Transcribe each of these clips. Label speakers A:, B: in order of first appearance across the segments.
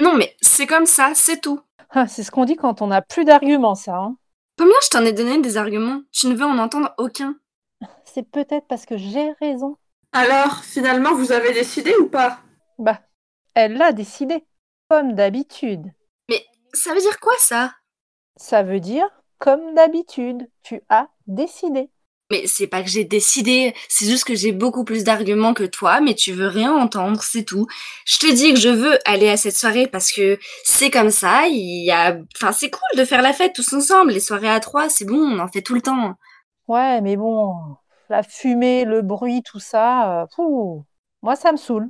A: Non, mais c'est comme ça, c'est tout.
B: Ah, c'est ce qu'on dit quand on n'a plus d'arguments, ça. hein.
A: Combien je t'en ai donné des arguments Tu ne veux en entendre aucun.
B: C'est peut-être parce que j'ai raison.
C: Alors, finalement, vous avez décidé ou pas
B: Bah, elle l'a décidé, comme d'habitude.
A: Ça veut dire quoi ça
B: Ça veut dire, comme d'habitude, tu as décidé.
A: Mais c'est pas que j'ai décidé, c'est juste que j'ai beaucoup plus d'arguments que toi, mais tu veux rien entendre, c'est tout. Je te dis que je veux aller à cette soirée parce que c'est comme ça, il y a, enfin c'est cool de faire la fête tous ensemble, les soirées à trois, c'est bon, on en fait tout le temps.
B: Ouais, mais bon, la fumée, le bruit, tout ça, euh, pouh, moi ça me saoule.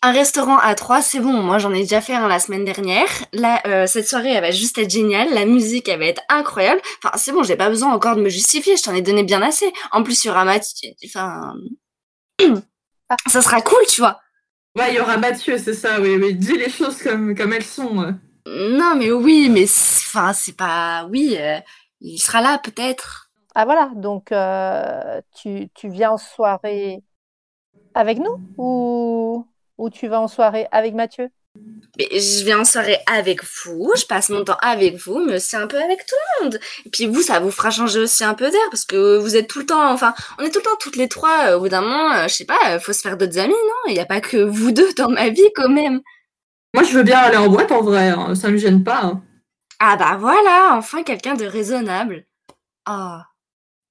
A: Un restaurant à trois, c'est bon. Moi, j'en ai déjà fait un la semaine dernière. Là, euh, cette soirée, elle va juste être géniale. La musique, elle va être incroyable. Enfin, c'est bon, j'ai pas besoin encore de me justifier. Je t'en ai donné bien assez. En plus, il y aura Mathieu. Enfin, ça sera cool, tu vois.
C: Ouais, il y aura Mathieu, c'est ça, oui, oui. Dis les choses comme, comme elles sont. euh.
A: Non, mais oui, mais c'est- enfin, c'est pas. Oui, euh, il sera là peut-être.
B: Ah voilà, donc euh, tu, tu viens en soirée avec nous ou, ou tu vas en soirée avec Mathieu?
A: Mais je vais en soirée avec vous. Je passe mon temps avec vous, mais aussi un peu avec tout le monde. Et puis vous, ça vous fera changer aussi un peu d'air parce que vous êtes tout le temps. Enfin, on est tout le temps toutes les trois. euh, Au bout d'un moment, euh, je sais pas, euh, faut se faire d'autres amis, non? Il n'y a pas que vous deux dans ma vie quand même.
C: Moi, je veux bien aller en boîte en vrai, hein, ça me gêne pas. hein.
A: Ah bah voilà, enfin quelqu'un de raisonnable. Ah.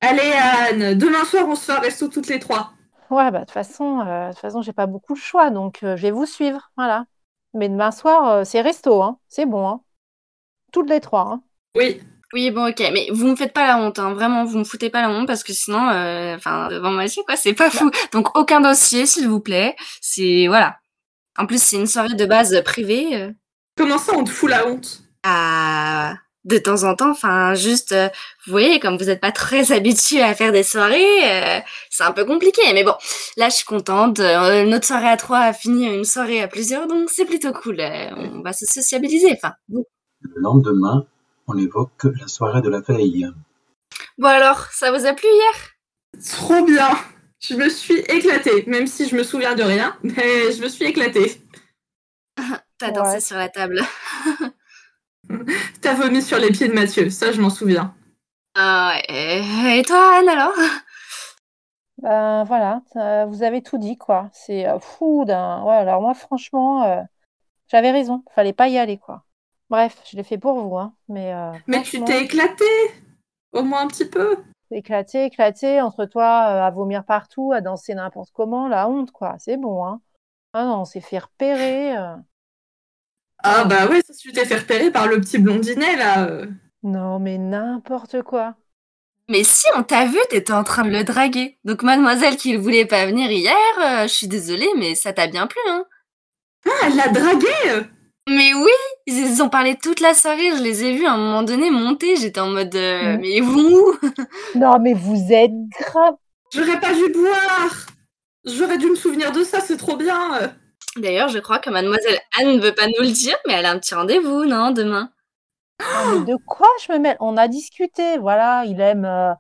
C: Allez, Anne, demain soir, on se fait un resto toutes les trois.
B: Ouais, bah de toute façon, euh, de toute façon, j'ai pas beaucoup le choix, donc euh, je vais vous suivre, voilà. Mais demain soir, euh, c'est resto, hein, c'est bon, hein. Toutes les trois, hein.
C: Oui,
A: Oui, bon, ok, mais vous me faites pas la honte, hein. vraiment, vous me foutez pas la honte parce que sinon, euh, enfin, devant Mathieu, quoi, c'est pas fou. Donc, aucun dossier, s'il vous plaît. C'est, voilà. En plus, c'est une soirée de base euh, privée. euh,
C: comment ça, on te fout la honte
A: à... De temps en temps, enfin, juste, euh, vous voyez, comme vous n'êtes pas très habitué à faire des soirées, euh, c'est un peu compliqué. Mais bon, là, je suis contente. euh, notre soirée à trois a fini une soirée à plusieurs, donc c'est plutôt cool. euh, on va se sociabiliser, enfin. vous.
D: Le lendemain, on évoque la soirée de la veille.
A: Bon alors, ça vous a plu hier
C: Trop bien Je me suis éclatée, même si je me souviens de rien, mais je me suis éclatée.
A: T'as
B: Ouais.
A: dansé sur la table.
C: T'as vomi sur les pieds de Mathieu, ça, je m'en souviens.
A: Ah, et, et toi, Anne, alors
B: Ben voilà, euh, vous avez tout dit, quoi. C'est euh, fou d'un. Ouais, alors moi, franchement, euh, j'avais raison, fallait pas y aller, quoi. Bref, je l'ai fait pour vous, hein. Mais, euh,
C: Mais tu
B: franchement,
C: t'es éclatée Au moins un petit peu
B: éclaté, éclaté, entre toi, euh, à vomir partout, à danser n'importe comment, la honte, quoi. C'est bon, hein. Ah non, on s'est fait repérer. euh.
C: Ah bah ouais, ça, tu t'es fait repérer par le petit blondinet, là. euh.
B: Non, mais n'importe quoi.
A: Mais si, on t'a vu, t'étais en train de le draguer. Donc, mademoiselle qui ne voulait pas venir hier, euh, je suis désolée, mais ça t'a bien plu, hein
C: Ah, elle l'a dragué
A: Mais oui, ils, ils ont parlé toute la soirée, je les ai vus à un moment donné monter, j'étais en mode euh,
B: Mm.
A: mais ils vont où
B: Non, mais vous êtes grave.
C: J'aurais pas dû boire J'aurais dû me souvenir de ça, c'est trop bien euh.
A: D'ailleurs, je crois que mademoiselle Anne ne veut pas nous le dire, mais elle a un petit rendez-vous, non, demain
B: Ah, mais de quoi je me mêle? On a discuté, voilà, il aime, euh,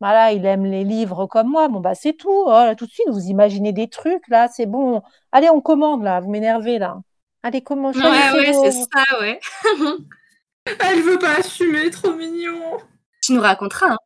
B: voilà, il aime les livres comme moi. Bon, bah, c'est tout. Oh, là, tout de suite, vous imaginez des trucs, là, c'est bon. Allez, on commande, là, vous m'énervez, là. Allez, comment
A: Ouais, ouais, c'est ça, ouais.
C: Elle veut pas assumer, trop mignon
A: Tu nous raconteras, hein.